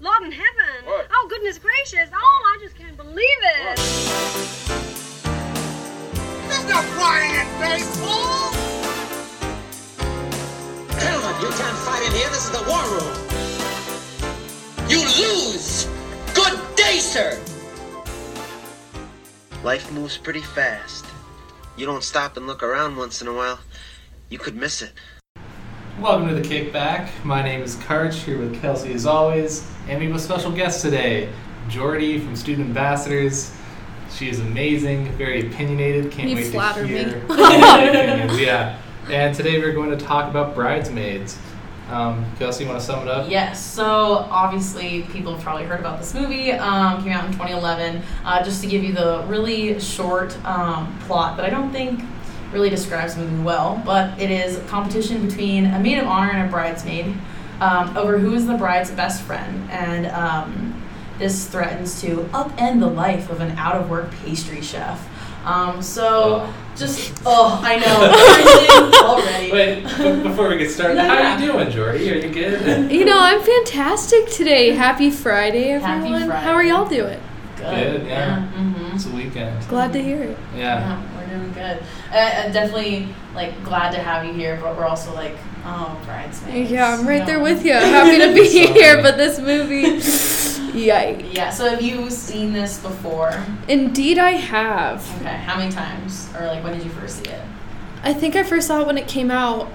Lord in heaven. What? Oh, goodness gracious. Oh, I just can't believe it. There's no crying in baseball. Hell, you can't fight in here. This is the war room. You lose. Good day, sir. Life moves pretty fast. You don't stop and look around once in a while, you could miss it. Welcome to the Kickback. My name is Karch, here with Kelsey as always, and we have a special guest today, Jordy from Student Ambassadors. She is amazing, very opinionated. Can't You wait flatter to me. hear your opinions. Yeah, and today we're going to talk about bridesmaids. Um, Kelsey, you want to sum it up? Yes, so obviously people have probably heard about this movie. Um, came out in 2011. Uh, just to give you the really short um, plot, but I don't think really describes the movie well. But it is a competition between a maid of honor and a bridesmaid um, over who is the bride's best friend, and um, this threatens to upend the life of an out-of-work pastry chef. Um, so Oh. just oh, I know already. Wait, b- before we get started, No, how yeah. you doing, Jordy? Are you good? You know, I'm fantastic today. Happy Friday, Happy everyone. How are Friday. y'all doing? Good, yeah. hmm it's a weekend. Glad to hear it. Yeah. Yeah, we're doing good. Uh, uh, definitely like glad to have you here, but we're also like, oh, bridesmaids. Yeah, I'm right No. there with you. Happy to be Sorry. here, but this movie, yikes. Yeah. So have you seen this before? Indeed, I have. Okay. How many times, or like when did you first see it? I think I first saw it when it came out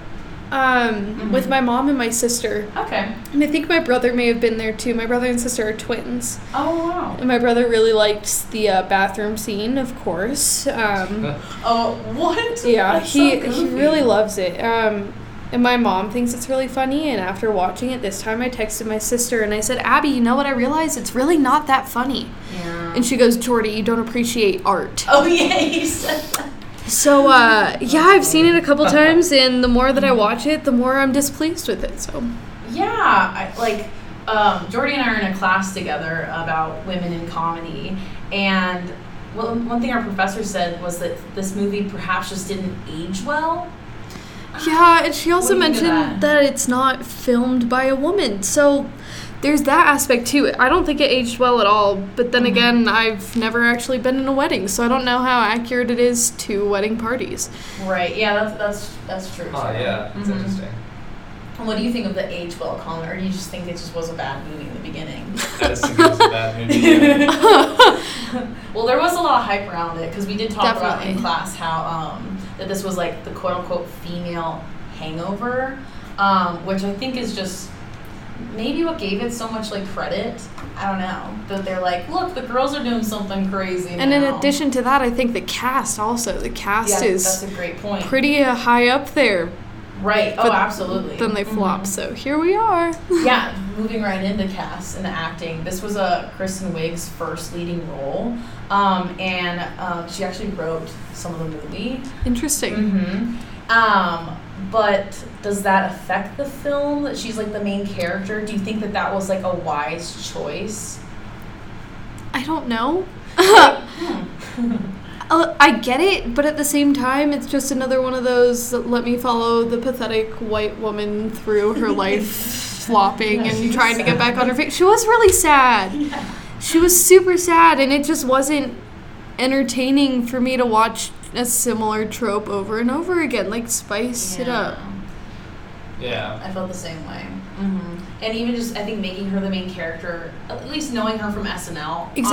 um, with Mhm. my mom and my sister. Okay. And I think my brother may have been there too. My brother and sister are twins. Oh wow. And my brother really liked the uh, bathroom scene, of course. Um, Oh what? Yeah, That's so he he goofy. really loves it. Um, and my mom thinks it's really funny. And after watching it this time, I texted my sister and I said, "Abby, you know what? I realized it's really not that funny." Yeah. And she goes, "Jordy, you don't appreciate art." oh yeah, you said that. So uh, yeah, I've seen it a couple times, and the more that I watch it, the more I'm displeased with it. So Yeah, I, like um, Jordy and I are in a class together about women in comedy, and one, one thing our professor said was that this movie perhaps just didn't age well. yeah, and she also do you think of mentioned that? it's not filmed by a woman. So. There's that aspect to it. I don't think it aged well at all, but Mm-hmm. then again, I've never actually been in a wedding, so I don't know how accurate it is to wedding parties. Right. Yeah, that's that's that's true. Oh, too. yeah. It's Mhm. interesting. And What do you think of the age well comment, or do you just think it just was a bad movie in the beginning? That is suggested that movie. yeah. well, there was a lot of hype around it because we did talk about in Definitely. class how um, that this was like the quote unquote female hangover, um, which I think is just maybe what gave it so much like credit. I don't know that they're like, look, the girls are doing something crazy. And in now." addition to that, I think the cast also. The yeah, cast is that's a great point. pretty uh, high up there. right? Oh, but absolutely. Then they Mhm. flop. So here we are. yeah, moving right into cast and the acting. This was uh, Kristen Wiig's first leading role, um, and uh, she actually wrote some of the movie. Interesting. Mm-hmm. Um, but does that affect the film that she's like the main character? Do you think that that was like a wise choice? I don't know. uh, I get it, but at the same time, it's just another one of those that let me follow the pathetic white woman through her life flopping Yeah, she and was trying to get sad. back on her feet. She was really sad. She was super sad, and it just wasn't entertaining for me to watch a similar trope over and over again. Like, spice it up. yeah. I felt the same way. Mm-hmm. hmm And even just, I think making her the main character, at least knowing her from SNL. Exactly.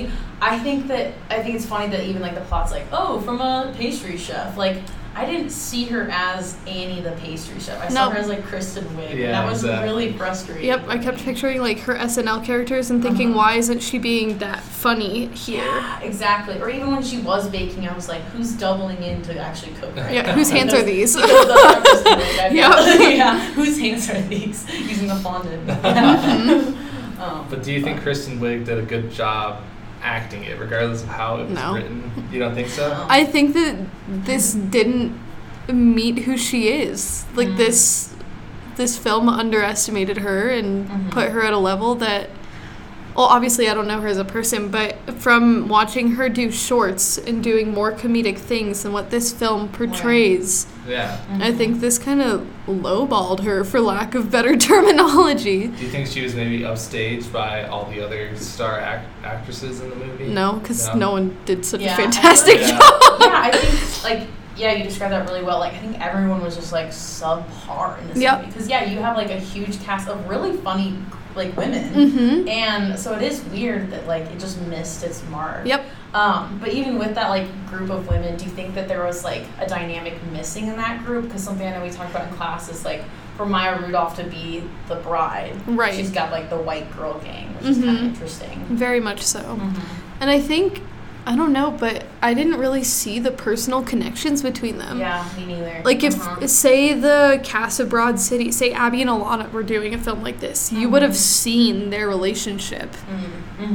honestly, I think that I think it's funny that even like the plot's like, oh, from a pastry chef. Like, I didn't see her as Annie the pastry chef. I saw No. her as like Kristen Wiig. Yeah, that was exactly. really frustrating. Yep, I kept picturing like her SNL characters and Uh-huh. thinking, why isn't she being that funny here? Yeah, exactly. Or even when she was baking, I was like, who's doubling in to actually cook? Right Yeah, whose hands are these? Because that's not Kristen Wiig, I know. Yep. yeah. Whose hands are these? Using the fondant. Um, But do you think Kristen Wiig did a good job acting it, regardless of how it was No. written? You don't think so? I think that this didn't meet who she is. Like Mm. Mm-hmm. this this film underestimated her and put her at a level that well, obviously, I don't know her as a person, but from watching her do shorts and doing more comedic things than what this film portrays, Yeah. Mm-hmm. I think this kind of lowballed her, for lack of better terminology. Do you think she was maybe upstaged by all the other star act- actresses in the movie? No, because No. no. one did such Yeah. a fantastic Yeah. job. yeah, I think like yeah, you described that really well. Like I think everyone was just like subpar in this Yep. movie because yeah, you have like a huge cast of really funny like women, Mhm. and so it is weird that like it just missed its mark. Yep. Um, but even with that like group of women, do you think that there was like a dynamic missing in that group? Because something I know we talked about in class is like for Maya Rudolph to be the bride, Right. She's got like the white girl gang, which is kind of Mhm. interesting. Mm-hmm. Very much so. And I think, I don't know, but I didn't really see the personal connections between them. Yeah, me neither. Um, Like if Uh-huh. say the cast of Broad City, say Abby and Alana were doing a film like this, Mm-hmm. you would have seen their relationship,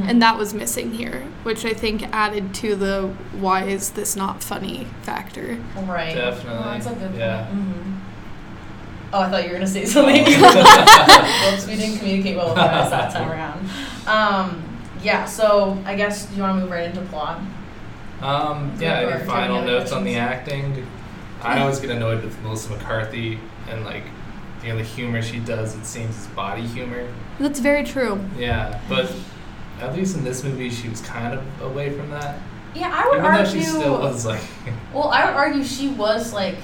and that was missing here, which I think added to the why is this not funny factor. Right. Definitely. Well, that's a good Yeah. point. Mhm. Oh, I thought you were gonna say something. Whoops, we didn't communicate well with us that time around. Um, yeah. So I guess you want to move right into plot. Um, Is yeah, that any correct? final Any other notes on the acting? I always get annoyed with Melissa McCarthy and like the only humor she does, it seems, is body humor. That's very true. Yeah, but at least in this movie, she was kind of away from that. Yeah, I would Even though argue. she still was like, Well, I would argue she was like,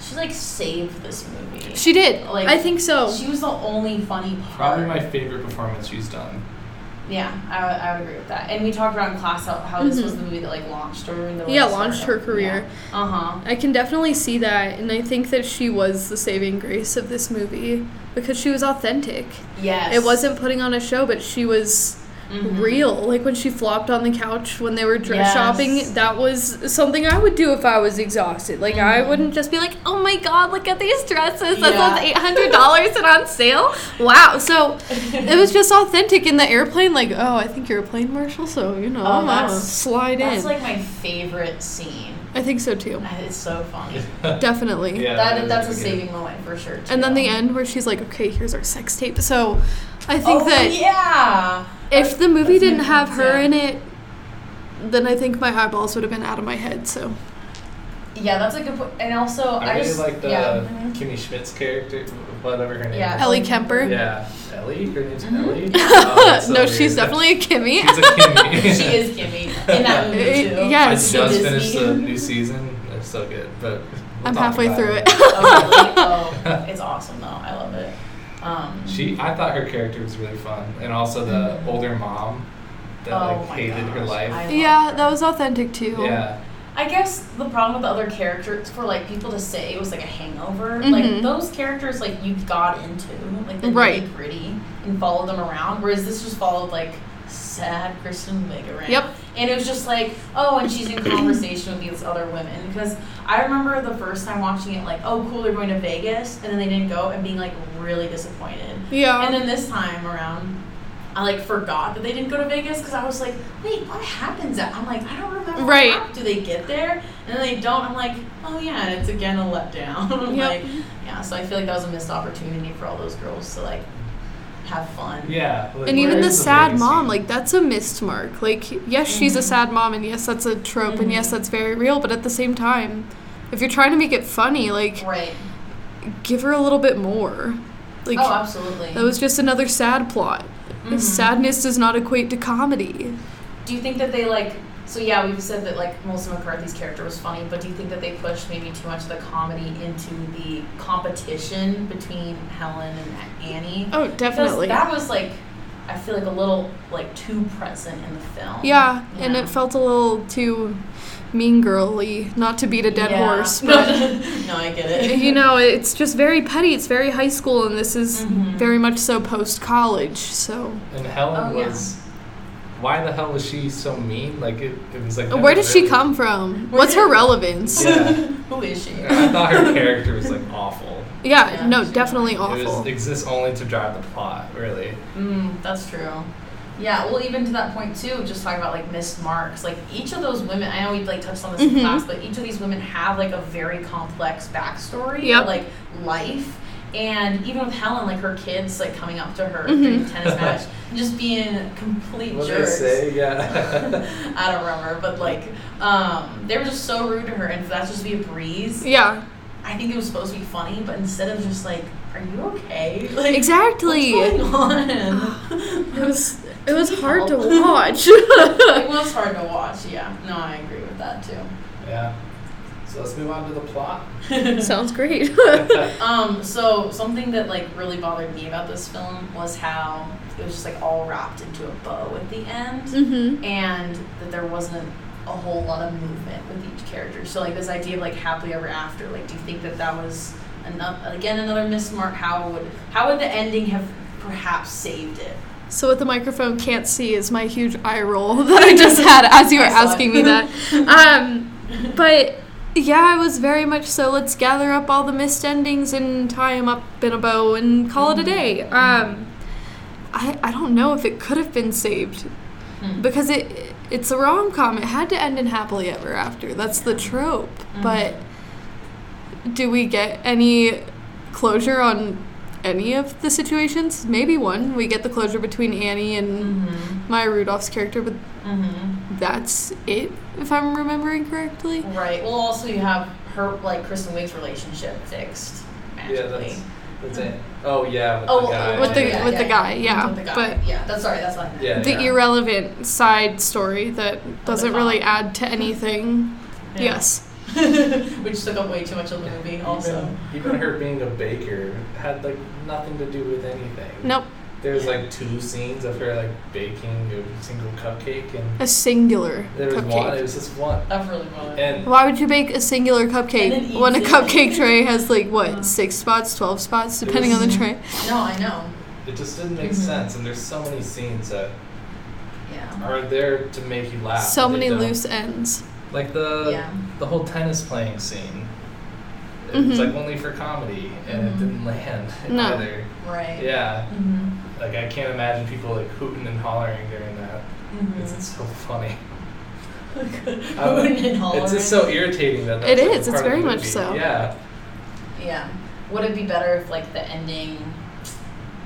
she like saved this movie. She did. Like, I think so. She was the only funny part. probably my favorite performance she's done. Yeah, I, would- I would agree with that. And we talked about in class how, how this was the movie that like launched her. And the Mm-hmm. way Yeah, it started. launched her career. Uh huh. I can definitely see that, and I think that she was the saving grace of this movie because she was authentic. Yes. Mm-hmm. It wasn't putting on a show, but she was real. Like when she flopped on the couch when they were dress Yes. shopping, that was something I would do if I was exhausted. Like I wouldn't just be like, "Oh my god, look at these dresses! That Mm-hmm. Yeah. was eight hundred dollars and on sale! Wow!" So it was just authentic in the airplane. Like, oh, I think you're a plane marshal, so you know, Oh, I'm gonna that's- slide That's in. like my favorite scene. I think so too. It's so funny. Definitely. Yeah, That, was that's a good. saving moment for sure. And then too. the end where she's like, "Okay, here's our sex tape." So I think Oh, that yeah. If the movie That's didn't my have thoughts, her yeah. in it, then I think my eyeballs would have been out of my head. So Yeah, that's a good point. And also, I, I really just, like the yeah. mhm. Kimmy Schmidt's character, whatever her name Yeah. is. Ellie Kemper. Yeah, Ellie. Her name's Ellie. Oh, that's so Uh, no, weird. she's definitely a Kimmy. She's a Kimmy. She is Kimmy in that movie It- Oh, too. I yes, just so Disney. finished the new season. It's so good, but we'll I'm talk halfway about through it. Oh, really? Oh, it's awesome though. I love it. Um, She, I thought her character was really fun, and also the older mom that oh like my hated her gosh, life. I love yeah, her. that was authentic too. yeah, I guess the problem with the other characters for like people to say it was like a hangover. Like Mhm. those characters, like you got into like the Right. nitty gritty and followed them around, whereas this just followed like sad Kristen Wiig around. Yep. And it was just like, oh, and she's in conversation with these other women because I remember the first time watching it, like, oh, cool, they're going to Vegas, and then they didn't go, and being like really disappointed. Yeah. And then this time around, I like forgot that they didn't go to Vegas because I was like, wait, what happens? At-? I'm like, I don't remember. what Right. happened. Do they get there? And then they don't. I'm like, oh yeah, and it's again a letdown. I'm Yep. like, yeah. So I feel like that was a missed opportunity for all those girls to like have fun. yeah. like, and where even the is sad legacy? mom, like that's a missed mark. Like yes, she's a sad mom, and yes, that's a trope, and yes, that's very real. But at the same time, if you're trying to make it funny, like Right. give her a little bit more. Like Oh, absolutely. Mm-hmm. that was just another sad plot. Sadness does not equate to comedy. do you think that they like? So yeah, we've said that like Melissa McCarthy's character was funny, but do you think that they pushed maybe too much of the comedy into the competition between Helen and Annie? Oh, Because definitely. That was like, I feel like a little like too present in the film. Yeah, and Yeah. it felt a little too mean girly, not to beat a dead Yeah. horse, No, but no, I get it. you know, it's just very petty. It's very high school, and this is very much so post college. So, And Helen Oh, yeah. was. Why the hell was she so mean? Like it, it was like. where did she really- come from? What's her relevance? Yeah, Yeah, Who is she? I thought her character was like awful. Yeah, no, she- definitely It awful. was, exists only to drive the plot, really. Mm, that's true. Yeah, well, even to that point too, just talking about like missed marks. Like each of those women, I know we like touched on this Mm-hmm. in class, but each of these women have like a very complex backstory, Yep. or, like Mm-hmm. life. And even with Helen, like her kids, like coming up to her during the tennis match, just being complete What did I jerks. say? Yeah. I don't remember, but like, um, they were just so rude to her, and for that just to be a breeze, Yeah, I think it was supposed to be funny, but instead of just like, "Are you okay?" Like, exactly. What's It going on? it was it was hard to Help. watch. was hard to watch. Yeah, no, I agree with that too. yeah. So let's move on to the plot. Sounds great. Um, so something that like really bothered me about this film was how it was just like all wrapped into a bow at the end, Mhm. and that there wasn't a whole lot of movement with each character. So like this idea of like happily ever after, like do you think that that was another again another miss mark? How would how would the ending have perhaps saved it? So what the microphone can't see is my huge eye roll that I just had as you were I saw it. asking me that. Um, but yeah, it was very much so. Let's gather up all the missed endings and tie them up in a bow and call it a day. Um, I I don't know if it could have been saved because it it's a rom com. It had to end in happily ever after. That's the trope. But do we get any closure on any of the situations? Maybe one. We get the closure between Annie and Mm-hmm. Maya Rudolph's character, but that's it, if I'm remembering correctly. Right. Well, also you have her like Kristen Wiig's relationship fixed magically. Yeah, that's that's it. Oh yeah, with Oh, the guy. with the- yeah. with the guy, yeah, With the guy, but- yeah, that's sorry, that's not. yeah, The yeah. irrelevant side story that doesn't really add to anything. Yeah. Yes. Which took up way too much of the movie, Oh, also. Even, even her being a baker had like nothing to do with anything. Nope. There's like two scenes of her like baking a single cupcake, and A singular there was one. It cupcake. was just one. That really bothered. And Why would you bake a singular And then cupcake eat when a it. cupcake tray has like what six spots, twelve spots, depending on the tray? No, I know. it just didn't make sense. And there's so many scenes that Yeah. are there to make you laugh. So but they many don't. loose ends. Like the Yeah. the whole tennis playing scene. It was like only for comedy, and it didn't land Mm-hmm. No. either. Right. Yeah, Mm-hmm. like I can't imagine people like hooting and hollering during that. It's, Mm-hmm. it's so funny. I would- Um, It's just so irritating that. That's It like, is, it's a part of very the much movie. so. Yeah. Yeah. Would it be better if like the ending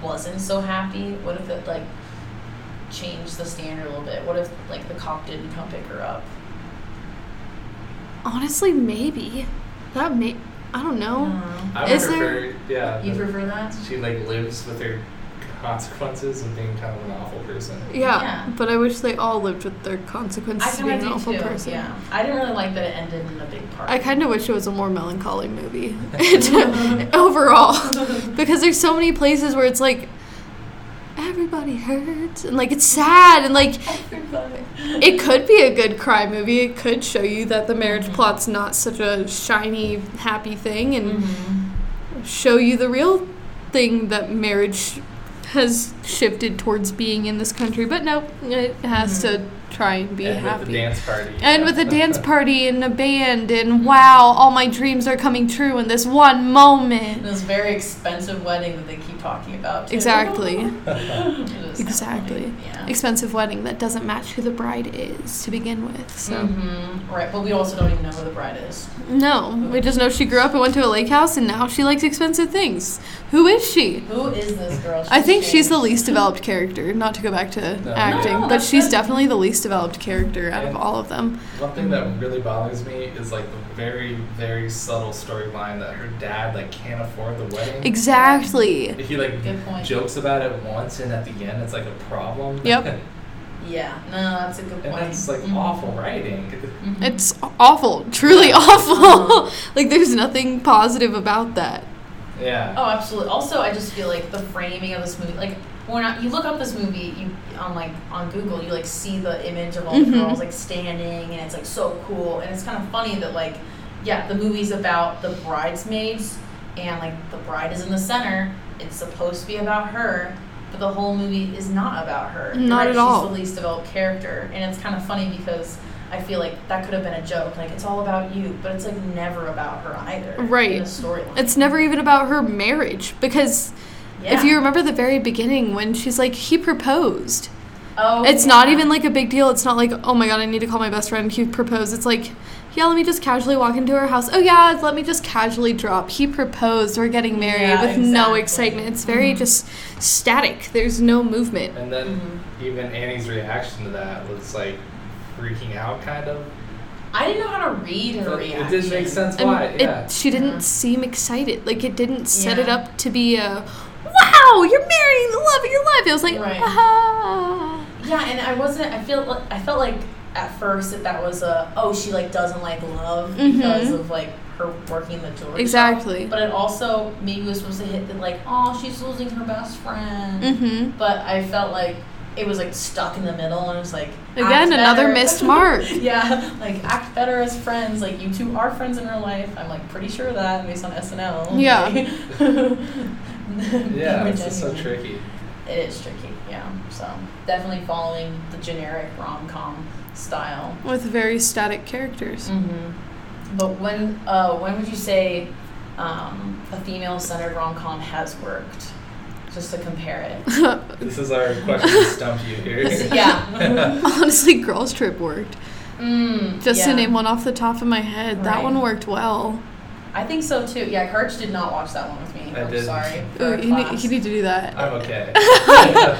wasn't so happy? What if it like changed the standard a little bit? What if like the cop didn't come pick her up? Honestly, maybe that may. I don't know. I would Is there- prefer. Yeah. You that prefer that? She like lives with her consequences of being kind of an awful person. Yeah, Yeah. but I wish they all lived with their consequences I of being kind an of awful do too. person. Yeah. I didn't really like that it ended in a big part. I kind of wish it was a more melancholy movie overall because there's so many places where it's like everybody hurts and like it's sad and like it could be a good crime movie. It could show you that the marriage plot's not such a shiny happy thing and Mm-hmm. show you the real thing that marriage has shifted towards being in this country. But no, it has to try and be and happy. with the dance party. And with a dance party and a band, and wow, all my dreams are coming true in this one moment. this very expensive wedding that they keep talking about. too. Exactly. It was not Exactly. funny. Yeah. Expensive wedding that doesn't match who the bride is to begin with. So Mhm. Right, but we also don't even know who the bride is. no, we just know she grew up and went to a lake house, and now she likes expensive things. Who is she? Who is this girl? I think she's the changed. least developed character. Not to go back to No. acting, No, but that's she's good. definitely the least developed character out of Yeah. all of them. One thing that really bothers me is like the very, very subtle storyline that her dad like can't afford the wedding. Exactly. He like Good point. jokes about it once, and at the end, it's like a problem. Yep. and Yeah, no, that's a good point. Mm-hmm. that's like Mhm. awful writing. It's awful, truly awful. like there's nothing positive about that. Yeah. Oh, absolutely. Also, I just feel like the framing of this movie, like we're not. You look up this movie you, on like on Google, you like see the image of all Mm-hmm. the girls like standing, and it's like so cool, and it's kind of funny that like, yeah, the movie's about the bridesmaids, and like the bride is in the center. It's supposed to be about her, but the whole movie is not about her. You're Not right, at she's all. the least developed character, and it's kind of funny because. I feel like that could have been a joke, like it's all about you, but it's like never about her either. Right. In the storyline. It's never even about her marriage because if Yeah. you remember the very beginning when she's like, he proposed. Oh, It's not yeah. even like a big deal. It's not like, oh my god, I need to call my best friend. He proposed. It's like, yeah, let me just casually walk into her house. Oh, yeah, let me just casually drop. He proposed. We're getting married Yeah, with no exactly. Mm-hmm. excitement. It's very just static. There's no movement. And then Mm-hmm. even Annie's reaction to that was like freaking out, kind of. I didn't know how to read her But reaction. It didn't make sense And why. yeah. it, she didn't seem excited. Like, it didn't set it Mm-hmm. Yeah. up to be a, wow, you're marrying the love of your life. It was like, Right. ah. Yeah, and I wasn't. I feel. li- I felt like at first that that was a oh she like doesn't like love because Mhm. of like her working the jewelry shop. Exactly. But it also maybe was supposed to hit that like oh she's losing her best friend. Mm-hmm. But I felt like it was like stuck in the middle and it was like act Again, another better. missed mark. yeah, like act better as friends. Like you two are friends in real life. I'm like pretty sure of that based on SNL. Yeah. yeah, yeah, it's just so tricky. it is tricky, yeah. So definitely following the generic rom com style. With very static characters. Mm-hmm. But when uh, when would you say um, a female centered rom com has worked? Just to compare it. This is our question to stump you here. This is- yeah. Honestly, Girls Trip worked. Mm, Just to yeah. name one off the top of my head, that Right. one worked well. I think so too. Yeah, Karch did not watch that one with me. I am didn't. sorry. for Ooh, our you, need, class. you need to do that. I'm okay.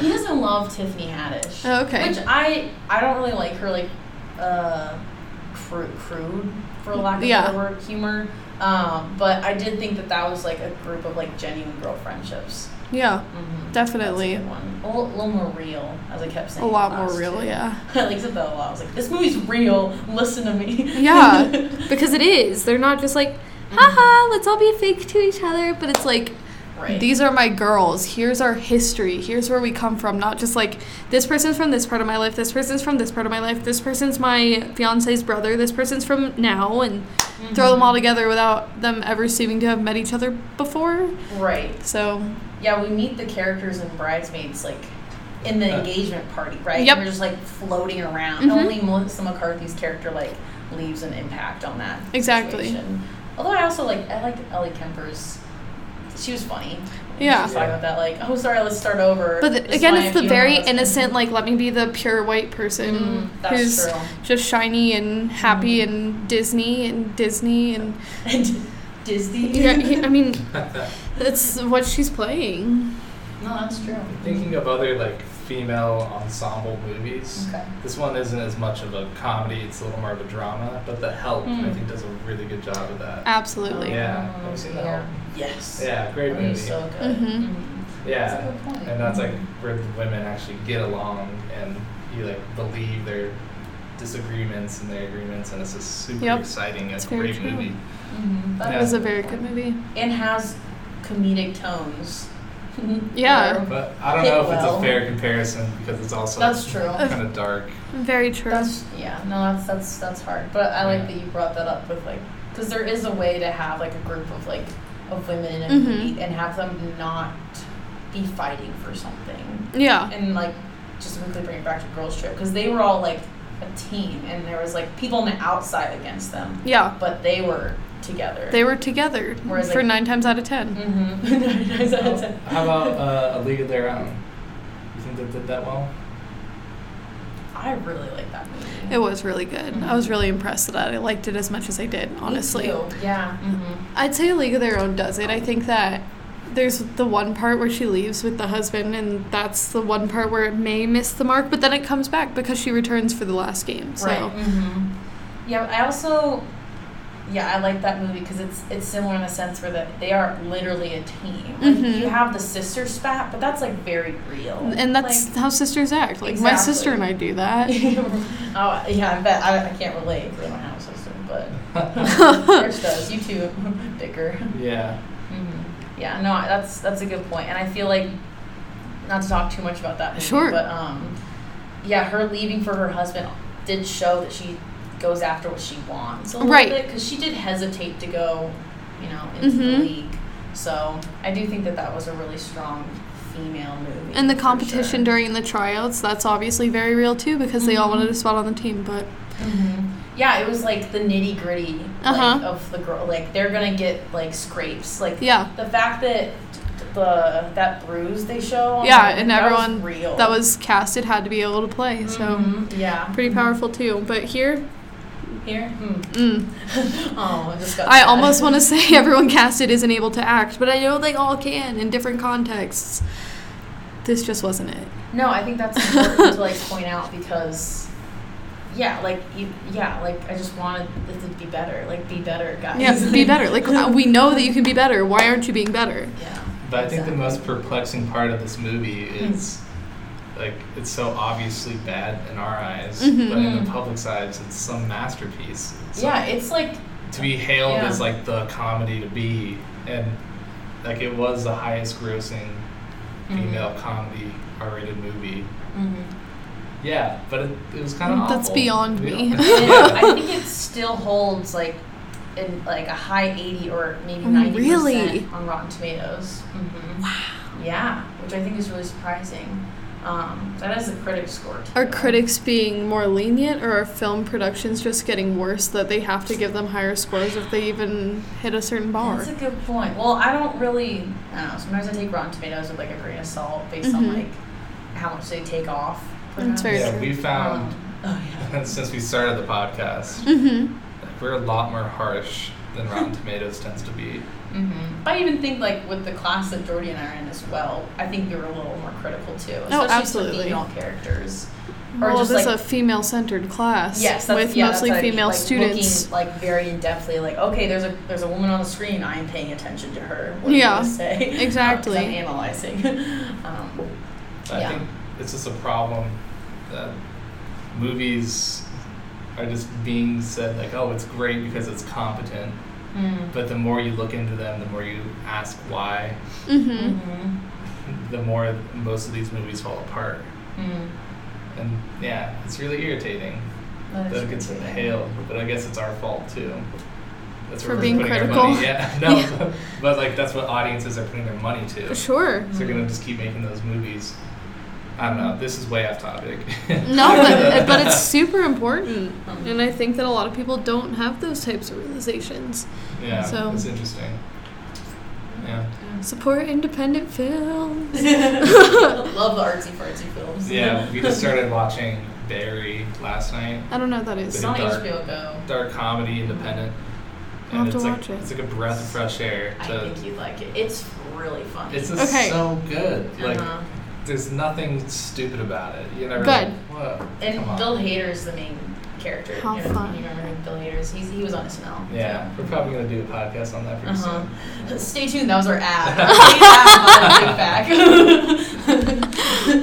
he doesn't love Tiffany Haddish. Oh, okay. Which I I don't really like her like uh crude, crude for lack of Yeah. a better word humor. Um, but I did think that that was like a group of like genuine girl friendships. Yeah, Mm-hmm. definitely. That's a, good one. A little, little more real, as I kept A saying. lot in more class, real, too. yeah. I like Isabella a lot. I was like, this movie's real. Listen to me. Yeah, because it is. They're not just like, haha, let's all be fake to each other, but it's like, right. these are my girls. Here's our history. Here's where we come from. Not just like this person's from this part of my life. This person's from this part of my life. This person's my fiance's brother. This person's from now, and throw Mm-hmm. them all together without them ever seeming to have met each other before. right. So Yeah, we meet the characters in Bridesmaids like in the Uh, engagement party, right? Yep. And we're just like floating around. Mhm. Only Melissa McCarthy's character like leaves an impact on that. Exactly. situation. Although I also like I liked Ellie Kemper's. She was funny. Yeah. She was talking about that, like, oh, sorry, let's start over. But the- This is again, why it's if the you don't very have a husband- innocent, like, let me be the pure white person Mm, that's who's true. Mm. just shiny and happy and Disney and Disney and. And Disney. Yeah, he- I mean, that's what she's playing. no, that's true. Thinking of other like female ensemble movies, Okay. this one isn't as much of a comedy; it's a little more of a drama. But The Help, I Hmm. think, does a really good job of that. Absolutely. Yeah, have you seen that Mm, Yeah. one? Yes. Yeah, great That movie. movie's so good. Mhm. Mhm. yeah, That's a good point. and uh, that's like where the women actually get along, and you like believe their disagreements and their agreements, and it's just super Yep. exciting. It's It's a very great true. movie. Mhm. That That Yeah. was a very good movie. and has comedic tones. Yeah. Or- But I don't Hit know if it's a well. fair comparison because it's also That's true. kind of dark. Very true. That's yeah. No, that's that's that's hard. But I like Yeah. that you brought that up with like, because there is a way to have like a group of like of women in a Mhm. movie and have them not be fighting for something yeah. and like just to quickly bring it back to girls trip because they were all like a team and there was like people on the outside against them Yeah. but they were together They were together Whereas, for like- Mm. nine times out of ten. mm-hmm. How about uh, A League of Their Own? You think that did that well? i really like that movie It was really good. I was really impressed with that I liked it as much as I did, honestly. Me too. Yeah. Mm-hmm. I'd say A League of Their Own does it. I think that there's the one part where she leaves with the husband, and that's the one part where it may miss the mark, but then it comes back because she returns for the last game. So, Right. Mm-hmm. Yeah. I also, yeah, I like that movie because it's it's similar in the sense where that they are literally a team. Like, Mhm. You have the sister spat, but that's like very real. and that's how sisters act. Like my sister Exactly. and I do that. Like, oh yeah, I bet I, I can't relate. 'cause I don't have a sister, but Rich does. You too, bicker. Yeah. Mm-hmm. Yeah, no, I- that's that's a good point, and I feel like not to talk too much about that. Movie, Sure. But um, yeah, her leaving for her husband did show that she goes after what she wants a little Right. because she did hesitate to go, you know, into Mhm. the league. So I do think that that was a really strong female movie. And the for competition sure. during the tryouts, that's obviously very real too because they all Mm-hmm. wanted a spot on the team, but Yeah, it was like the nitty gritty like, Uh-huh. of the girl. Like they're gonna get like scrapes. Like Yeah. the fact that the that bruise they show. on yeah, her, and that was everyone real. that was cast it had to be able to play. So Mhm, yeah. pretty powerful too. But here here. Hmm. Mm. Oh, I just got. I sad. almost want to say everyone casted isn't able to act, but I know they all can in different contexts. This just wasn't it. No, I think that's important to like point out because, yeah, like you, yeah, like I just wanted it to be better. Like be better, guys. Yeah, be better. Like uh, we know that you can be better. Why aren't you being better? yeah. But I think the Exactly. most perplexing part of this movie Hmm. is like it's so obviously bad in our eyes, Mhm. but in Mm. the public's eyes, it's some masterpiece. So yeah, it's like To be hailed Yeah. as like the comedy to be, and like it was the highest grossing Mm-hmm. female comedy R-rated movie. mhm. Yeah, but it, it was kind of That's beyond me. Yeah, I think it still holds like in like a high 80 or maybe 90 Mm, Really? percent on Rotten Tomatoes. hmm Wow. Yeah, which I think is really surprising. Um, that is a critic score. too. Are critics being more lenient, or are film productions just getting worse that they have to give them higher scores if they even hit a certain bar? That's a good point. Well, I don't really. I don't know. Sometimes I take Rotten Tomatoes with like a grain of salt based Mhm. on like how much they take off. That's perhaps. very yeah, we found Um, oh yeah. since we started the podcast, Mm-hmm. we're a lot more harsh than Rotten Tomatoes tends to be. hmm I even think like with the class that Jordy and I are in as well, I think we were a little more critical too, especially Oh, absolutely. to female characters. Well, just, this is like- a female-centered class Yes, that's, with yeah, that's mostly what I mean, female like, students. Looking, like very in depthly, like okay, there's a there's a woman on the screen. I am paying attention to her. What am I Yeah, gonna say? 'Cause exactly. I'm analyzing. um, I Yeah. think it's just a problem that movies are just being said like, oh, it's great because it's competent. mm, But the more you look into them, the more you ask why, mm-hmm. mhm, the more most of these movies fall apart. mm, And yeah, it's really irritating that that is it gets irritating. hailed, but I guess it's our fault too. That's where For we're being putting critical. Our money. Yeah, no, but like that's what audiences are putting their money to. Sure. So they're gonna just keep making those movies. I don't know. This is way off topic. No, but, but it's super important, and I think that a lot of people don't have those types of realizations. yeah, so- it's interesting. Yeah, Support independent films. Love the artsy fartsy films. yeah. We just started watching Barry last night. I don't know what that It's is. not Dark. HBO Go. Dark comedy, independent, I'll and have it's to like watch it. it's like a breath of fresh air. I To, think you'd like it. It's really funny. it's just Okay. so good. Like Uh-huh. there's nothing stupid about it. You never Good. like, whoa. come And on. Bill Hader's the main character. How you know, fun. You remember Bill Hader's? He's, he was on SNL. Yeah, we're probably gonna do a podcast on that pretty Uh-huh. soon. Stay tuned. That was our ad. Stay tuned, I'll take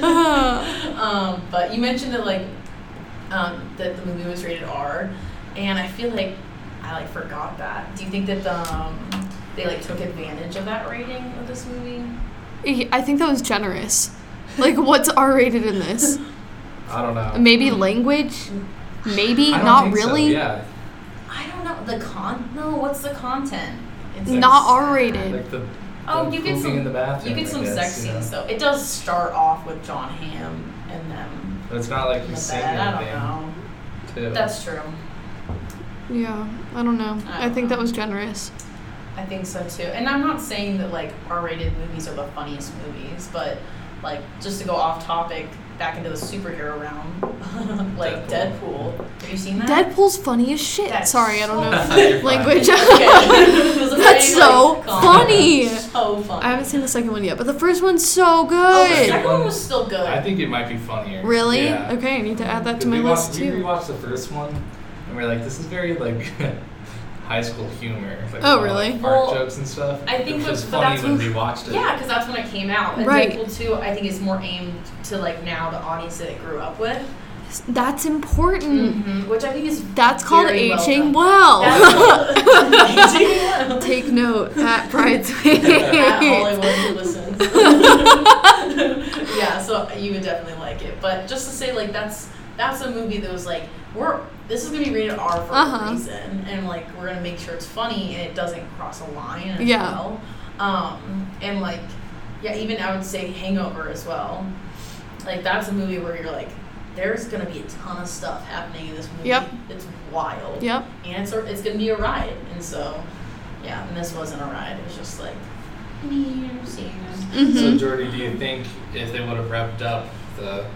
back. um, but you mentioned that like um, that the movie was rated R, and I feel like I like forgot that. Do you think that um, they like took advantage of that rating with this movie? I think that was generous. Like, what's R rated in this? I don't know. Maybe language? Maybe? I don't Not think so, really? yeah. I don't know the con. No, what's the content? It's Not sad. R rated. Like the Oh, the you get pooping some. in the bathroom. you get I some guess, sex you know? scenes though. It does start off with John Hamm and them. But it's not like in you the sing bed. I don't anything know. too. That's true. Yeah, I don't know. I I don't think that know. was generous. I think so too. And I'm not saying that like R-rated movies are the funniest movies, but like just to go off topic, back into the superhero realm, like Deadpool. Deadpool. Have you seen that? Deadpool's funny as shit. That's Sorry, I don't so know. if- You're fine. Language. Okay. It was a That's very, so like, calm- funny. So funny. I haven't seen the second one yet, but the first one's so Oh, the good. second one was still good. I think it might be funnier. Really? Yeah. Okay, I need to add that to We my watched- list We too. rewatched the first one, and we're like, this is very like high school humor. Like, Oh, all, really? Like, fart Well, jokes and stuff. I think it that's- was but funny that's when when- we watched it. Yeah, because that's when it came out. And Right. Deadpool 2, I think, is more aimed to like now the audience that it grew up with, That's important. mm-hmm. which I think is That's called Very well aging done. well. That's amazing. Take note at Bridesmaid. At Hollywood who listens. yeah, so you would definitely like it. But just to say, like that's that's a movie that was like we're this is gonna be rated R for Uh-huh. a reason, and like we're gonna make sure it's funny and it doesn't cross a line as Yeah. well. Um, and like yeah, even I would say Hangover as well. Like that's a movie where you're like, there's gonna be a ton of stuff happening in this movie. Yep. It's wild Yep. and it's a, it's gonna be a ride. And so, yeah, and this wasn't a ride. It was just like me I'm seeing this. So, hmm Jordy, do you think if they would have wrapped up the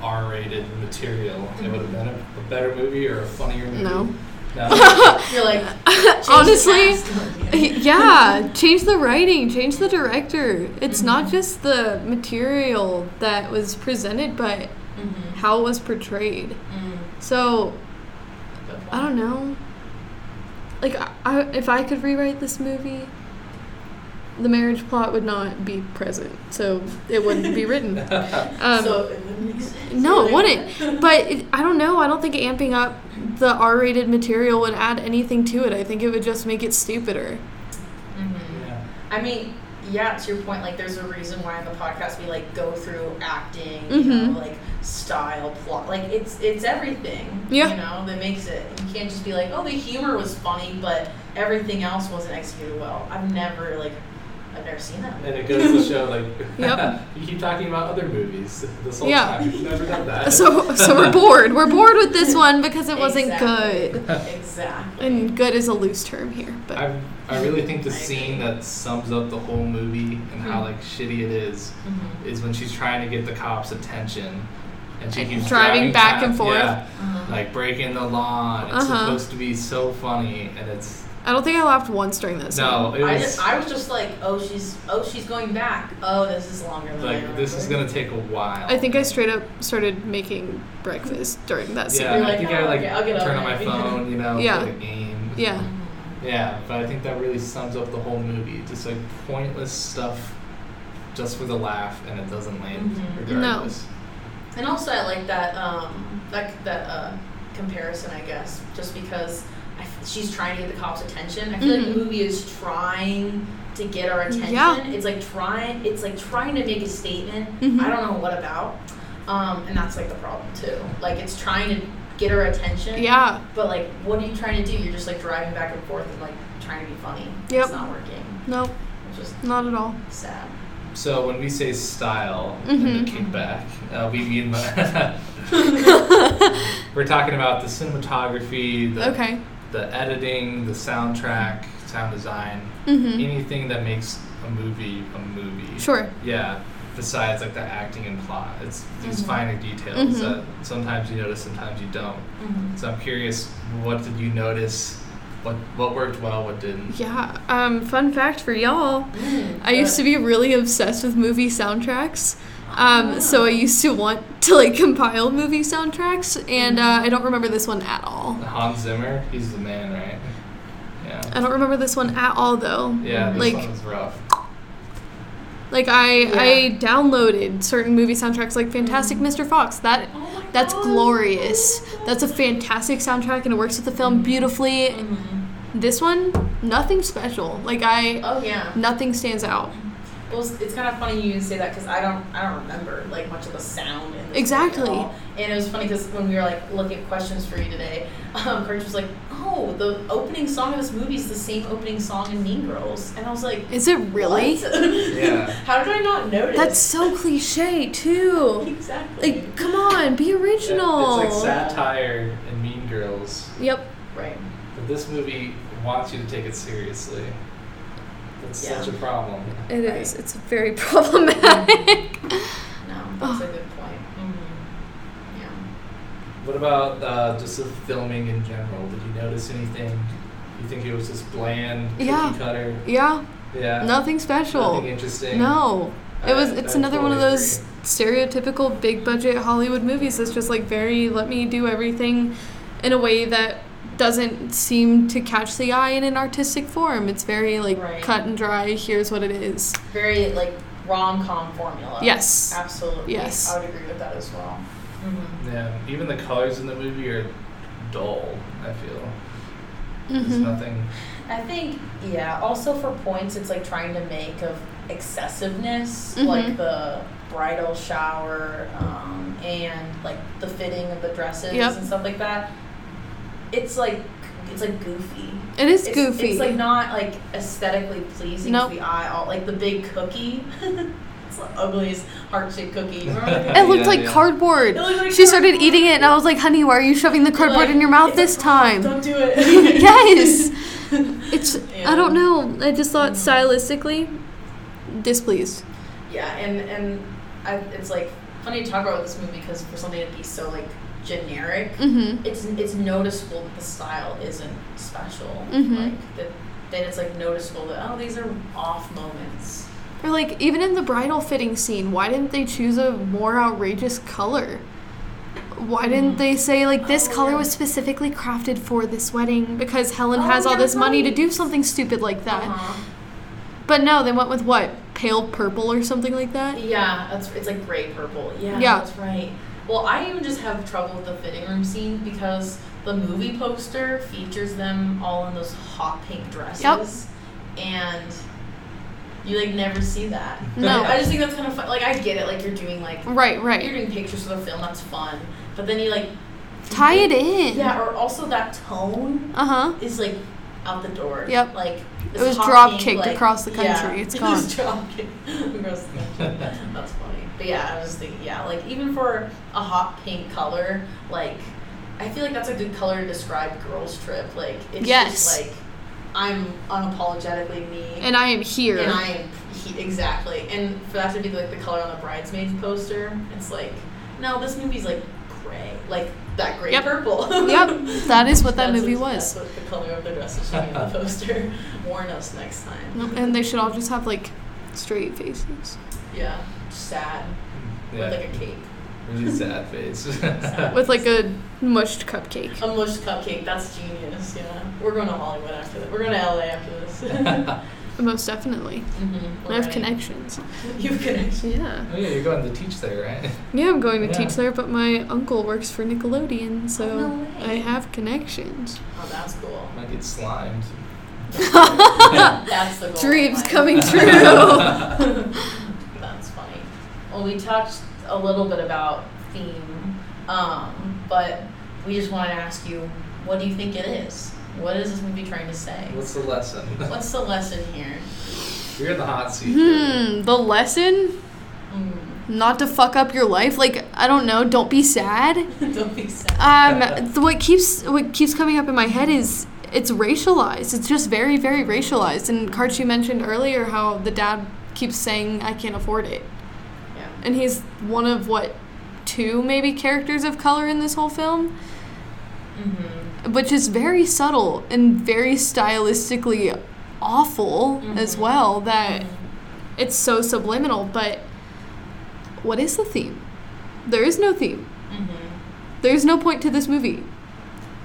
R-rated material, it would have been a, a better movie or a funnier movie? No. No. You're like, change the Mm-hmm, Honestly, cast. yeah, change the writing, change the director. It's Mm-hmm. not just the material that was presented, but Mhm. how it was portrayed. Mm. So, I don't know. Like, I, I, if I could rewrite this movie, the marriage plot would not be present, so it wouldn't be written. Um, so it wouldn't make sense. no, it Like- wouldn't. But it, I don't know. I don't think amping up the R-rated material would add anything to it. I think it would just make it stupider. Mhm. Yeah. I mean, yeah, to your point, like there's a reason why in the podcast we like go through acting, you Mhm. know, like style, plot, like it's it's everything. Yeah. You know, that makes it. You can't just be like, oh, the humor was funny, but everything else wasn't executed well. I've never like, I've never seen that. And it goes to show, like, Yep. you keep talking about other movies this whole Yeah. time. You've never done that. So, so we're bored. We're bored with this one because it wasn't Exactly. good. exactly. And good is a loose term here, but I, I really think the I scene agree. Hmm. that sums up the whole movie and how like shitty it is Mhm. is when she's trying to get the cops' attention, and she And keeps driving back and forth. yeah, Uh-huh. like breaking the law. And it's Uh-huh. supposed to be so funny, and it's I don't think I laughed once during this. no, it I was just, I was just like, oh, she's, oh, she's going back. Oh, this is longer than I like this is remembered. gonna take a while. I think I straight up started making breakfast during that scene. yeah, You're I like, think "Oh, I like okay, I'll get turn over on my it." phone, you know, Yeah. play the game. Yeah. Mm-hmm. Yeah, but I think that really sums up the whole movie. Just like pointless stuff just for the laugh and it doesn't land Mhm. regardless. And also, I like that um, that that uh, comparison, I guess, just because I f- she's trying to get the cops' attention. I feel like Mhm. the movie is trying to get our attention. Yeah. It's like trying. It's like trying to make a statement. Mhm. I don't know what about. Um, and that's like the problem too. Like it's trying to get our attention. Yeah. But like, what are you trying to do? You're just like driving back and forth and like trying to be funny. Yep. Mm. It's not working. No, It's just not at all. sad. So when we say style in Mhm. the kickback, uh, we mean by- we're talking about the cinematography, the, okay. the editing, the soundtrack, sound design, Mm-hmm. hmm anything that makes a movie a movie. Sure. Yeah. Besides like the acting and plot, it's these Mhm. finer details Mhm. that sometimes you notice, sometimes you don't. So I'm curious, what did you notice? What what worked well? What didn't? Yeah. Um, fun fact for y'all. Mm, I used to be really obsessed with movie soundtracks. Um, so I used to want to like compile movie soundtracks, and uh, I don't remember this one at all. Hans Zimmer, he's the man, right? Yeah. I don't remember this one at all though. Yeah, this Like- one was rough. Like I Yeah. I downloaded certain movie soundtracks like Fantastic Mr. Fox. That Oh my that's God. glorious. That's a fantastic soundtrack and it works with the film beautifully. Mhm. This one, nothing special. Like I Oh yeah. nothing stands out. Well, it's, it's kind of funny you even say that because I don't, I don't remember like much of the sound. In this Exactly. movie at all. And it was funny because when we were like looking at questions for you today, um, Kurt was like, "Oh, the opening song of this movie is the same opening song in Mean Girls," and I was like, Is it really? "What? Yeah. How did I not notice?" That's so cliche too. exactly Like come on, be It- original. It's like satire and Mean Girls, Yep. right. but this movie wants you to take it seriously. That's Yeah. such a problem. it is. Right. It's very problematic. No, Oh. that's a good point. Mhm. Yeah. What about uh, just the filming in general? Did you notice anything? You think it was just bland, cookie Yeah. cutter? yeah, Yeah. nothing special. Nothing interesting. No. It was I- it's I another one of totally those stereotypical big budget Hollywood movies that's just like very let me do everything in a way that doesn't seem to catch the eye in an artistic form. It's very like Right. cut and dry, here's what it is. Very like rom com formula. Yes. Absolutely. Yes. I would agree with that as well. Mhm. Yeah, even the colors in the movie are dull. I feel there's Mhm. nothing. I think, yeah. Also for points, it's like trying to make of excessiveness, Mhm. like the bridal shower um, and like the fitting of the dresses Yep. and stuff like that. It's like it's like goofy. It is It's, goofy. It's like not like aesthetically pleasing Nope. to the eye. All like the big cookie. it's the ugliest heart shaped cookie. Remember the it looked Yeah, like yeah. cardboard. It looked like she started cardboard. eating it, and I was like, "Honey, why are you shoving the cardboard Like, in your mouth it's a this time?" problem, Don't do it. Yes. It's I Yeah. don't know. I just thought stylistically, displeased. Yeah, and and I, it's like funny to talk about this movie because for something to be so like generic. Mm-hmm. It's it's noticeable that the style isn't special. Mhm. Like that, that it's like noticeable that oh these are off moments. Or like even in the bridal fitting scene, why didn't they choose a more outrageous color? Why didn't they say like this Mm-hmm. Oh, color yeah. was specifically crafted for this wedding because Helen Oh, has all yeah, this money to right. do something stupid like that? Uh-huh. But no, they went with what pale purple or something like that. Yeah, that's it's like gray purple. Yeah, Yeah. that's right. Well, I even just have trouble with the fitting room scene because the movie poster features them all in those hot pink dresses, and you like never see that. No. I just think that's kind of fun. Like I get it, like you're doing like Right, you're right. doing pictures for the film, that's fun. But then you like Tie it in. yeah, or also that tone Uh huh. is like out the door. Yep. Like It this was hot drop pink, kicked like- across the yeah. country. It's It was drop kicked across the country. That's funny. But yeah, I was just thinking, yeah, like even for a hot pink color, like I feel like that's a good color to describe girls' trip. Like it's Yes. just like I'm unapologetically me. And I am here. And I am he, exactly. And for that to be like the color on the bridesmaids poster, it's like no, this movie's like gray, like that gray Yep. purple. Yep, that is what that That's movie what- was. That's what the color of the dresses should be on the poster. Warn us next time. and they should all just have like straight faces Yeah, sad with Yeah, like a cape, really sad face. with like a mushed cupcake. a mushed cupcake. That's genius. Yeah, we're going to Hollywood after this. We're going to LA after this. oh Most definitely. mm-hmm. I have connections. You connect. Yeah. Oh, yeah, you're going to teach there, right? Yeah, I'm going to Yeah. teach there, but my uncle works for Nickelodeon, so Oh, no way. I have connections. Oh, that's cool. Might get slimed. That's the goal. Dreams Like- coming true. That's funny. Well, we touched a little bit about theme, um, but we just wanted to ask you, what do you think it is? What is this movie trying to say? What's the lesson? What's the lesson here? You're in the hot seat. hmm, the lesson? Mm. Not to fuck up your life. Like, I don't know, don't be sad. Don't be sad. Um, th- what keeps what keeps coming up in my head is it's racialized. It's just very, very racialized. And Karch, you mentioned earlier how the dad keeps saying, "I can't afford it," Yeah. and he's one of what two maybe characters of color in this whole film, Mm-hmm. which is very subtle and very stylistically awful as Mhm. well. That it's so subliminal. But what is the theme? There is no theme. Mm-hmm. There's no point to this movie.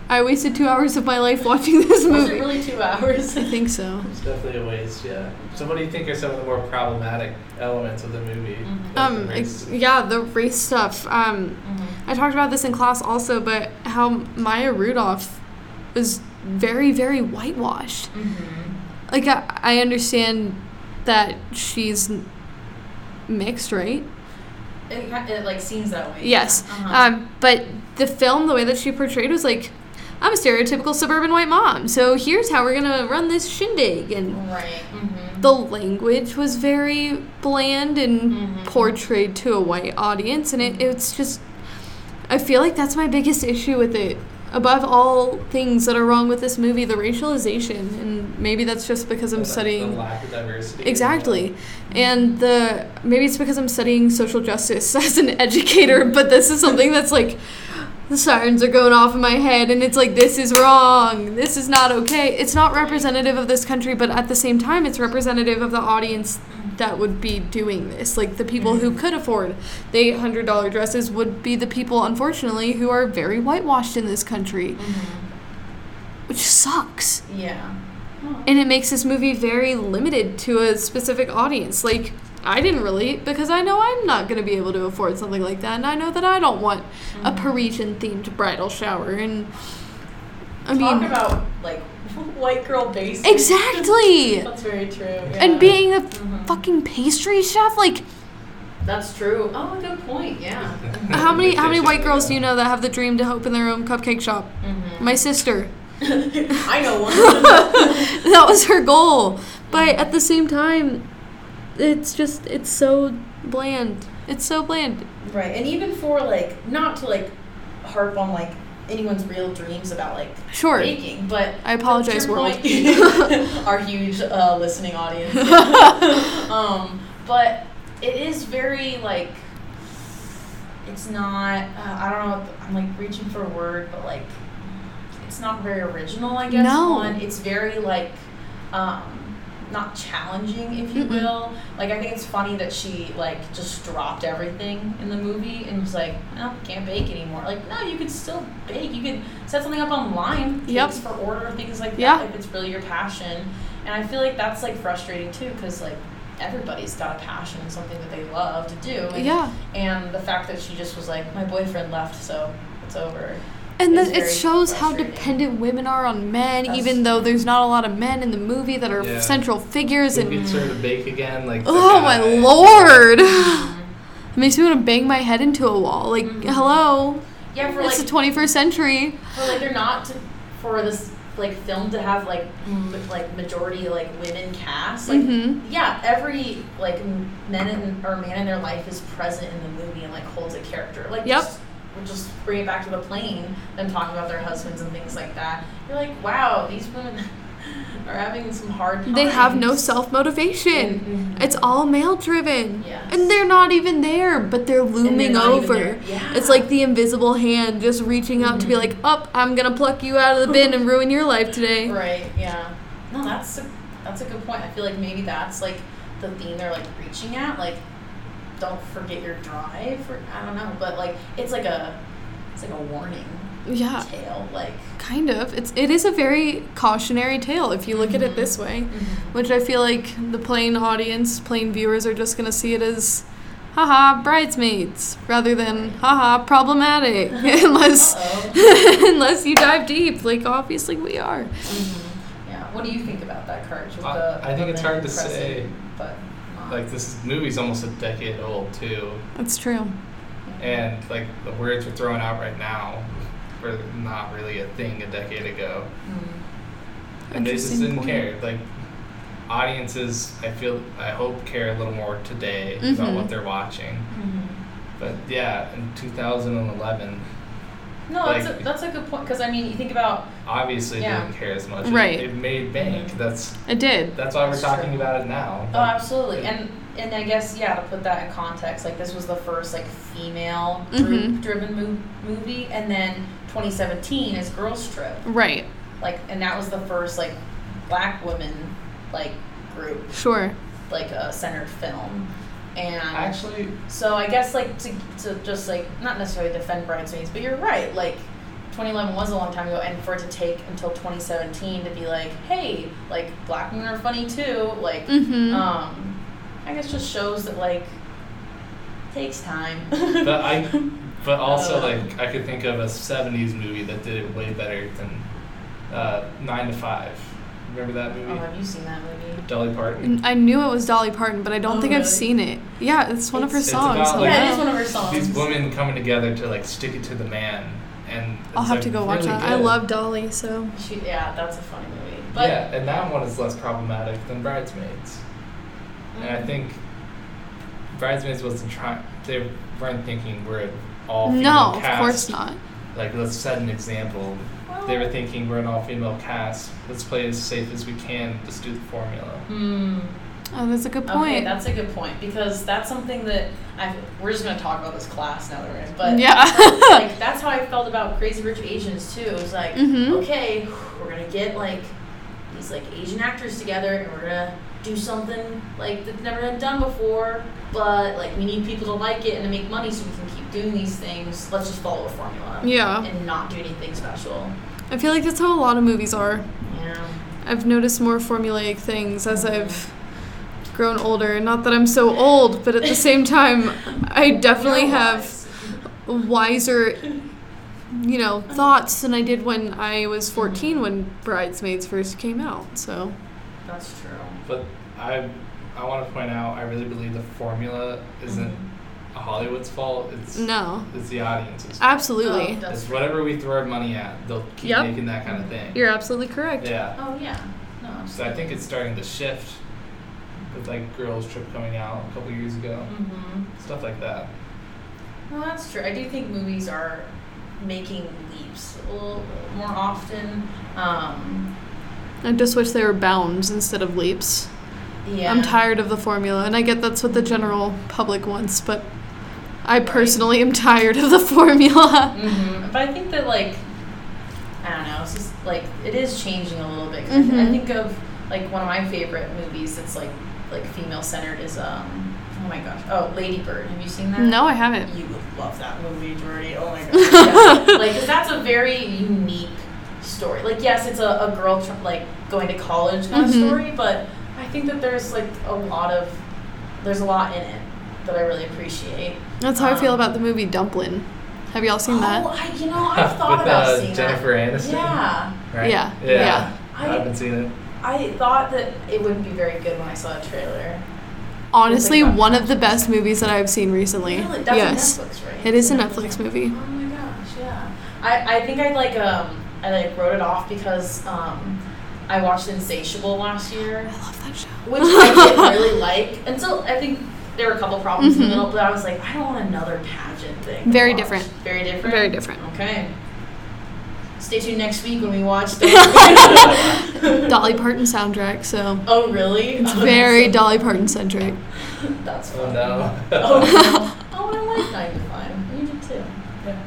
I wasted two hours of my life watching this Was it movie. really two hours? I think so. It's definitely a waste, yeah. So, what do you think are some of the more problematic elements of the movie? Mhm. Like Um, the race- ex- yeah, the race stuff. Um, Mhm. I talked about this in class also, but how Maya Rudolph was very, very whitewashed. Mhm. Like, I, I understand that she's n- mixed, right? It, ki- it like seems that way. Yes. Uh-huh. Um, but the film, the way that she portrayed was like, I'm a stereotypical suburban white mom, so here's how we're gonna run this shindig. And right. Mm-hmm. the language was very bland and Mhm. portrayed to a white audience and it, it's just i feel like that's my biggest issue with it above all things that are wrong with this movie the racialization and maybe that's just because i'm the- studying The lack of diversity. Exactly. And the maybe it's because I'm studying social justice as an educator, but this is something that's like the sirens are going off in my head and it's like this is wrong. This is not okay. It's not representative of this country, but at the same time it's representative of the audience that would be doing this. Like the people who could afford the $800 dresses would be the people unfortunately who are very whitewashed in this country, Mhm. which sucks Yeah. Oh. and it makes this movie very limited to a specific audience. Like I didn't relate because I know I'm not going to be able to afford something like that, and I know that I don't want a Mm-hmm. Parisian themed bridal shower. And I Talk mean, about like white girl basics. exactly. That's very true. Yeah. And being a Mhm. fucking pastry chef, like That's true. Oh, good point. Yeah. how many how many white girls do you know that have the dream to open their own cupcake shop? Mhm. My sister. I know one. that was her goal. But at the same time, it's just it's so bland. It's so bland. right, and even for like not to like harp on like anyone's real dreams about like Sure. baking, but I apologize, but to your world. point- our huge uh, listening audience. um, but it is very like It's not. Uh, I don't know. I'm like reaching for a word, but like, it's not very original. I guess. No. One. It's very like, um, not challenging, if you Mm-mm. will. Like I think it's funny that she like just dropped everything in the movie and was like, no, can't bake anymore. Like, no, you could still bake. You could set something up online. Yep. Cakes for order, things like that. Yeah. If it's really your passion, and I feel like that's like frustrating too, because like everybody's got a passion and something that they love to do. and Yeah. and the fact that she just was like, my boyfriend left, so it's over. And It's then it very shows how frustrating. dependent women are on men, That's even though there's not a lot of men in the movie that are Yeah. central figures. Who And gets her to bake again? Like, the oh my guy. lord, Mm-hmm. it makes me want to bang my head into a wall. Like, hello, Yeah, for it's like, the 21st century. for like they're not to, for this like film to have like m- like majority like women cast. Like, Mhm. yeah, every like m- men in, or man in their life is present in the movie and like holds a character. Like, Yep. Just, we'll just bring it back to the plane, them talking about their husbands and things like that. You're like, wow, these women are having some hard. Times. They have no self motivation. Mhm. It's all male driven. Yes. And they're not even there, but they're And they're looming not even over. there. Yeah. It's like the invisible hand just reaching out to be Mm-hmm. like, Up, I'm gonna pluck you out of the bin and ruin your life today. Right. Yeah. No, that's a, that's a good point. I feel like maybe that's like the theme they're like reaching at. Like, don't forget your drive. Or, I don't know, but like it's like a it's like a warning Yeah, tale. Like, kind of. It's it is a very cautionary tale if you look at it this way. Which I feel like the plain audience, plain viewers are just gonna see it as haha, bridesmaids rather than haha problematic unless oh, unless you dive deep, like obviously we are. yeah. What do you think about that courage? With I- the, I think the it's men hard to present, say. but not. Like, this movie's almost a decade old, too. That's true. And, like, the words we're throwing out right now were not really a thing a decade ago. And they just Interesting didn't point. care. Like, audiences, I feel, I hope, care a little more today about Mhm. what they're watching. But yeah, in 2011, no, that's like- a, that's a good point because I mean you think about obviously Yeah. didn't care as much. It- Right. It, made bank. That's It did. that's why we're That's talking true. about it now. oh absolutely and and I guess yeah to put that in context like this was the first like female Mhm. group driven mo- movie and then 2017 is Girls Trip Right. like and that was the first like black women like group Sure. like a centered film and Actually, so I guess like to, to just like not necessarily defend bridesmaids but you're right like 2011 was a long time ago and for it to take until 2017 to be like hey like black women are funny too like Mhm. um I guess just shows that like takes time but I, but also Uh. like I could think of a '70s movie that did it way better than uh, Nine to Five. Remember that oh movie? have you seen that movie Dolly Parton. And I knew it was Dolly Parton, but I don't Oh, think really? I've seen it. Yeah, it's one of her It's- it's songs. about, so like- yeah yeah. it is one of her songs These women coming together to like stick it to the man, and I'll it's, have like, to go watch really that. I good. love Dolly, so she, yeah that's a funny movie but yeah, and that one is less problematic than Bridesmaids. And Mm. I think Bridesmaids wasn't trying, they weren't thinking we're an all female no, cast. of course not. Like, let's set an example. They were thinking we're an all female cast. Let's play as safe as we can. Just do the formula. Hmm. Oh, that's a good Okay, point. that's a good point because that's something that I we're just gonna talk about this class now that we're in. But yeah. like that's how I felt about Crazy Rich Asians too. It was like, Mhm. okay, we're gonna get like these like Asian actors together and we're gonna do something like that's never been done before. But like we need people to like it and to make money so we can keep doing these things. Let's just follow a formula. Yeah. And not do anything special. I feel like that's how a lot of movies are. Yeah. I've noticed more formulaic things as I've grown older. Not that I'm so old, but at the same time, I definitely have wiser you know thoughts than i did when i was 14 when bridesmaids first came out so That's true. But I, I want to point out, I really believe the formula isn't Hollywood's fault. It's Mm-hmm. no it's the audience's. fault. absolutely Oh, that's It's whatever we throw our money at. They'll keep Yep. making that kind of thing. you're absolutely correct yeah. Oh yeah. No. So I think it's starting to shift with like Girls Trip coming out a couple years ago, Mm-hmm. stuff like that. Well, that's true. I do think movies are making leaps a little more often. Um, i just wish they were bounds instead of leaps yeah. i'm tired of the formula and i get that's what the general public wants but I personally am tired of the formula. hmm But I think that like I don't know. It's just like it is changing a little bit. 'cause I Mhm. think of like one of my favorite movies that's like like female centered is um oh my gosh oh Lady Bird. Have you seen that? No, I haven't. You would love that movie, Jordy. Oh my god. Yeah. like 'cause that's a very unique story. Like yes, it's a, a girl tr- like going to college kind Mhm. of story, but I think that there's like a lot of there's a lot in it that I really appreciate. That's how I feel Um, about the movie Dumplin'. Have y'all seen Oh, that? I, you know, I've thought With, about uh, seeing Jennifer that. Aniston? Yeah, Right? Yeah, Yeah. yeah. I haven't seen it. I thought that it wouldn't be very good when I saw a trailer. Honestly, Something about one of the best movies that I've seen recently. Really, that's Yes. a Netflix, right? It is a Netflix movie. Oh my gosh, yeah. I, I think I like um I like wrote it off because um I watched Insatiable last year, I love that show. which I didn't really like until I think there were a couple problems in Mhm. the middle, but I was like, I don't want another pageant thing. to Very watch. different. Very different. Very different. Okay. Stay tuned next week when we watch. Dolly. Dolly Parton soundtrack, so Oh really? it's Oh, very that's- Dolly Parton centric. That's Oh fun. no. Oh, no. oh, I like 9 to 5. You did too. Yeah.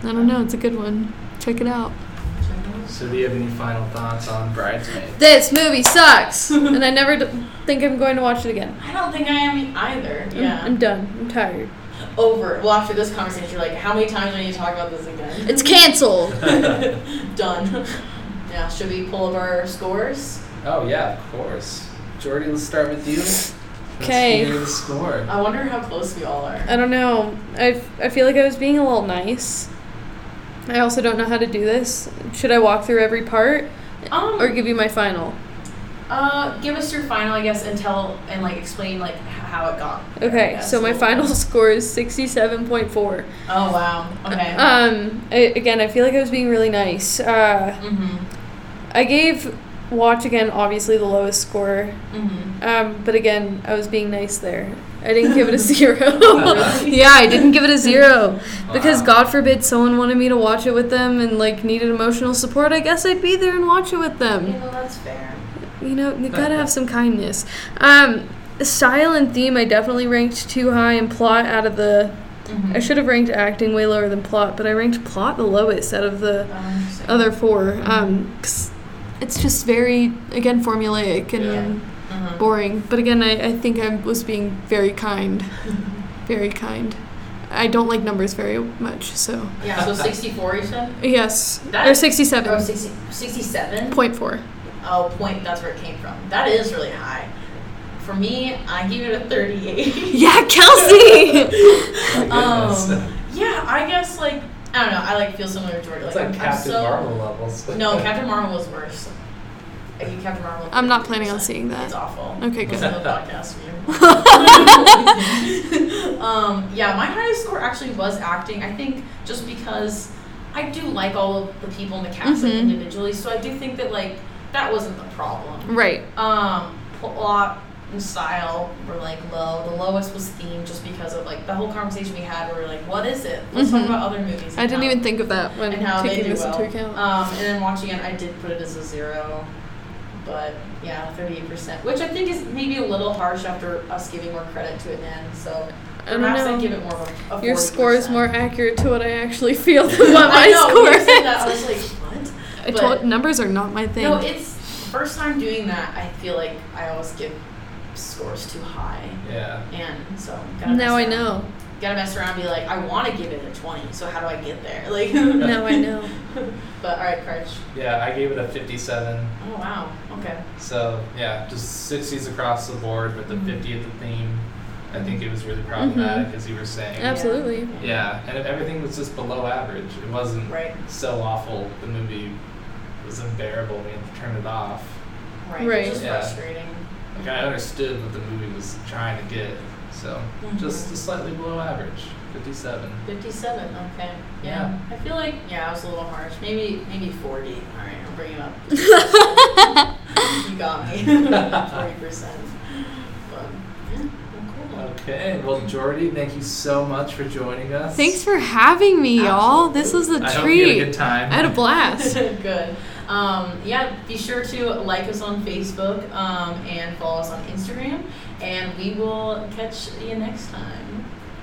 I don't know, it's a good one. Check it out. so do you have any final thoughts on Bridesmaid? This movie sucks, and I never d- think I'm going to watch it again. I don't think I am either. Yeah. I'm done. I'm tired. over. Well, after this conversation, you're like, how many times are you talk about this again? It's canceled. done. Yeah. Should we pull up our scores? Oh yeah, of course. Jordy, let's start with you. Let's 'Kay. hear the score. I wonder how close we all are. I don't know. I, I feel like I was being a little nice. I also don't know how to do this. Should I walk through every part Um. or give you my final? uh, give us your final, I guess, and tell and like explain like h- how it got. there, I Okay, guess, so a my little final bit. score is 67.4. Oh wow. Okay. Um, I, again, I feel like I was being really nice. Uh, mhm. I gave Watch Again obviously the lowest score, Mhm. um, but again, I was being nice there. I didn't give it a zero. yeah, I didn't give it a zero. Because Wow. God forbid someone wanted me to watch it with them and like needed emotional support, I guess I'd be there and watch it with You them. know that's fair. You know, you gotta have some kindness. Um, style and theme, I definitely ranked too high, and plot out of the. Mhm. I should have ranked acting way lower than plot, but I ranked plot the lowest out of the Um, so- other four. Um, 'cause it's just very again formulaic and Mhm. boring. But again, I, I think I was being very kind, very kind. I don't like numbers very much, so. Yeah, so 64 you said? Yes. That- or Oh, 67. 60, 67? Point four. Oh, point, that's where it came from. That is really high. For me, I give it a 38. Yeah, Kelsey! My goodness. Um, yeah, I guess, like, I don't know, I, like, feel similar to Jordan. it's Like, like I'm, I'm Captain so, Marvel levels. No, Captain Marvel was worse. I give Captain Marvel. I'm not planning on 38%. seeing that. It's awful. Okay, good. Listen to the podcast for you. um, yeah, my highest score actually was acting. I think just because I do like all of the people in the cast like, Mhm. individually, so I do think that like that wasn't the problem. right. Um, plot and style were like low. The lowest was theme, just because of like the whole conversation we had, where we were like, "What is it? Let's Mhm. talk about other movies." I and didn't how- even think of that when and how they taking do this well. into account. Um, and then watching it, I did put it as a zero, but yeah, thirty-eight percent, which I think is maybe a little harsh after us giving more credit to it then. So I don't perhaps know. give it more of a- a Your 40%. score is more accurate to what I actually feel than what my I know, score when you said that, I is. was like, what? I but- told numbers are not my thing. No, it's first time doing that. I feel like I always give scores too high, Yeah. and so gotta now I mess around. know. Gotta mess around and be like, I want to give it a twenty. So how do I get there? Like Now I know. But all right, Karch. Yeah, I gave it a 57. Oh wow. Okay. So yeah, just 60s across the board, but the Mm-hmm. Mhm. 50th the theme, I think it was really problematic, as you were saying. Yep. Absolutely. Yeah, and if everything was just below average. It wasn't Right. so awful. The movie was unbearable. We had to turn it off. Right. Right. Which is Yeah. frustrating. Like I understood what the movie was trying to get, so Mm-hmm. just Mhm. just slightly below average, 57. 57, okay. Yeah. Yeah. I feel like, yeah, I was a little harsh. Maybe maybe 40. All right, I'll bring it up. you got me. 40%. But, yeah, well, Okay, well, Jordy, thank you so much for joining us. Thanks for having me, y'all. This was a I hope you had a treat. good time. I had a blast. cool. Good. Um, yeah, be sure to like us on Facebook um, and follow us on Instagram. And we will catch you next time.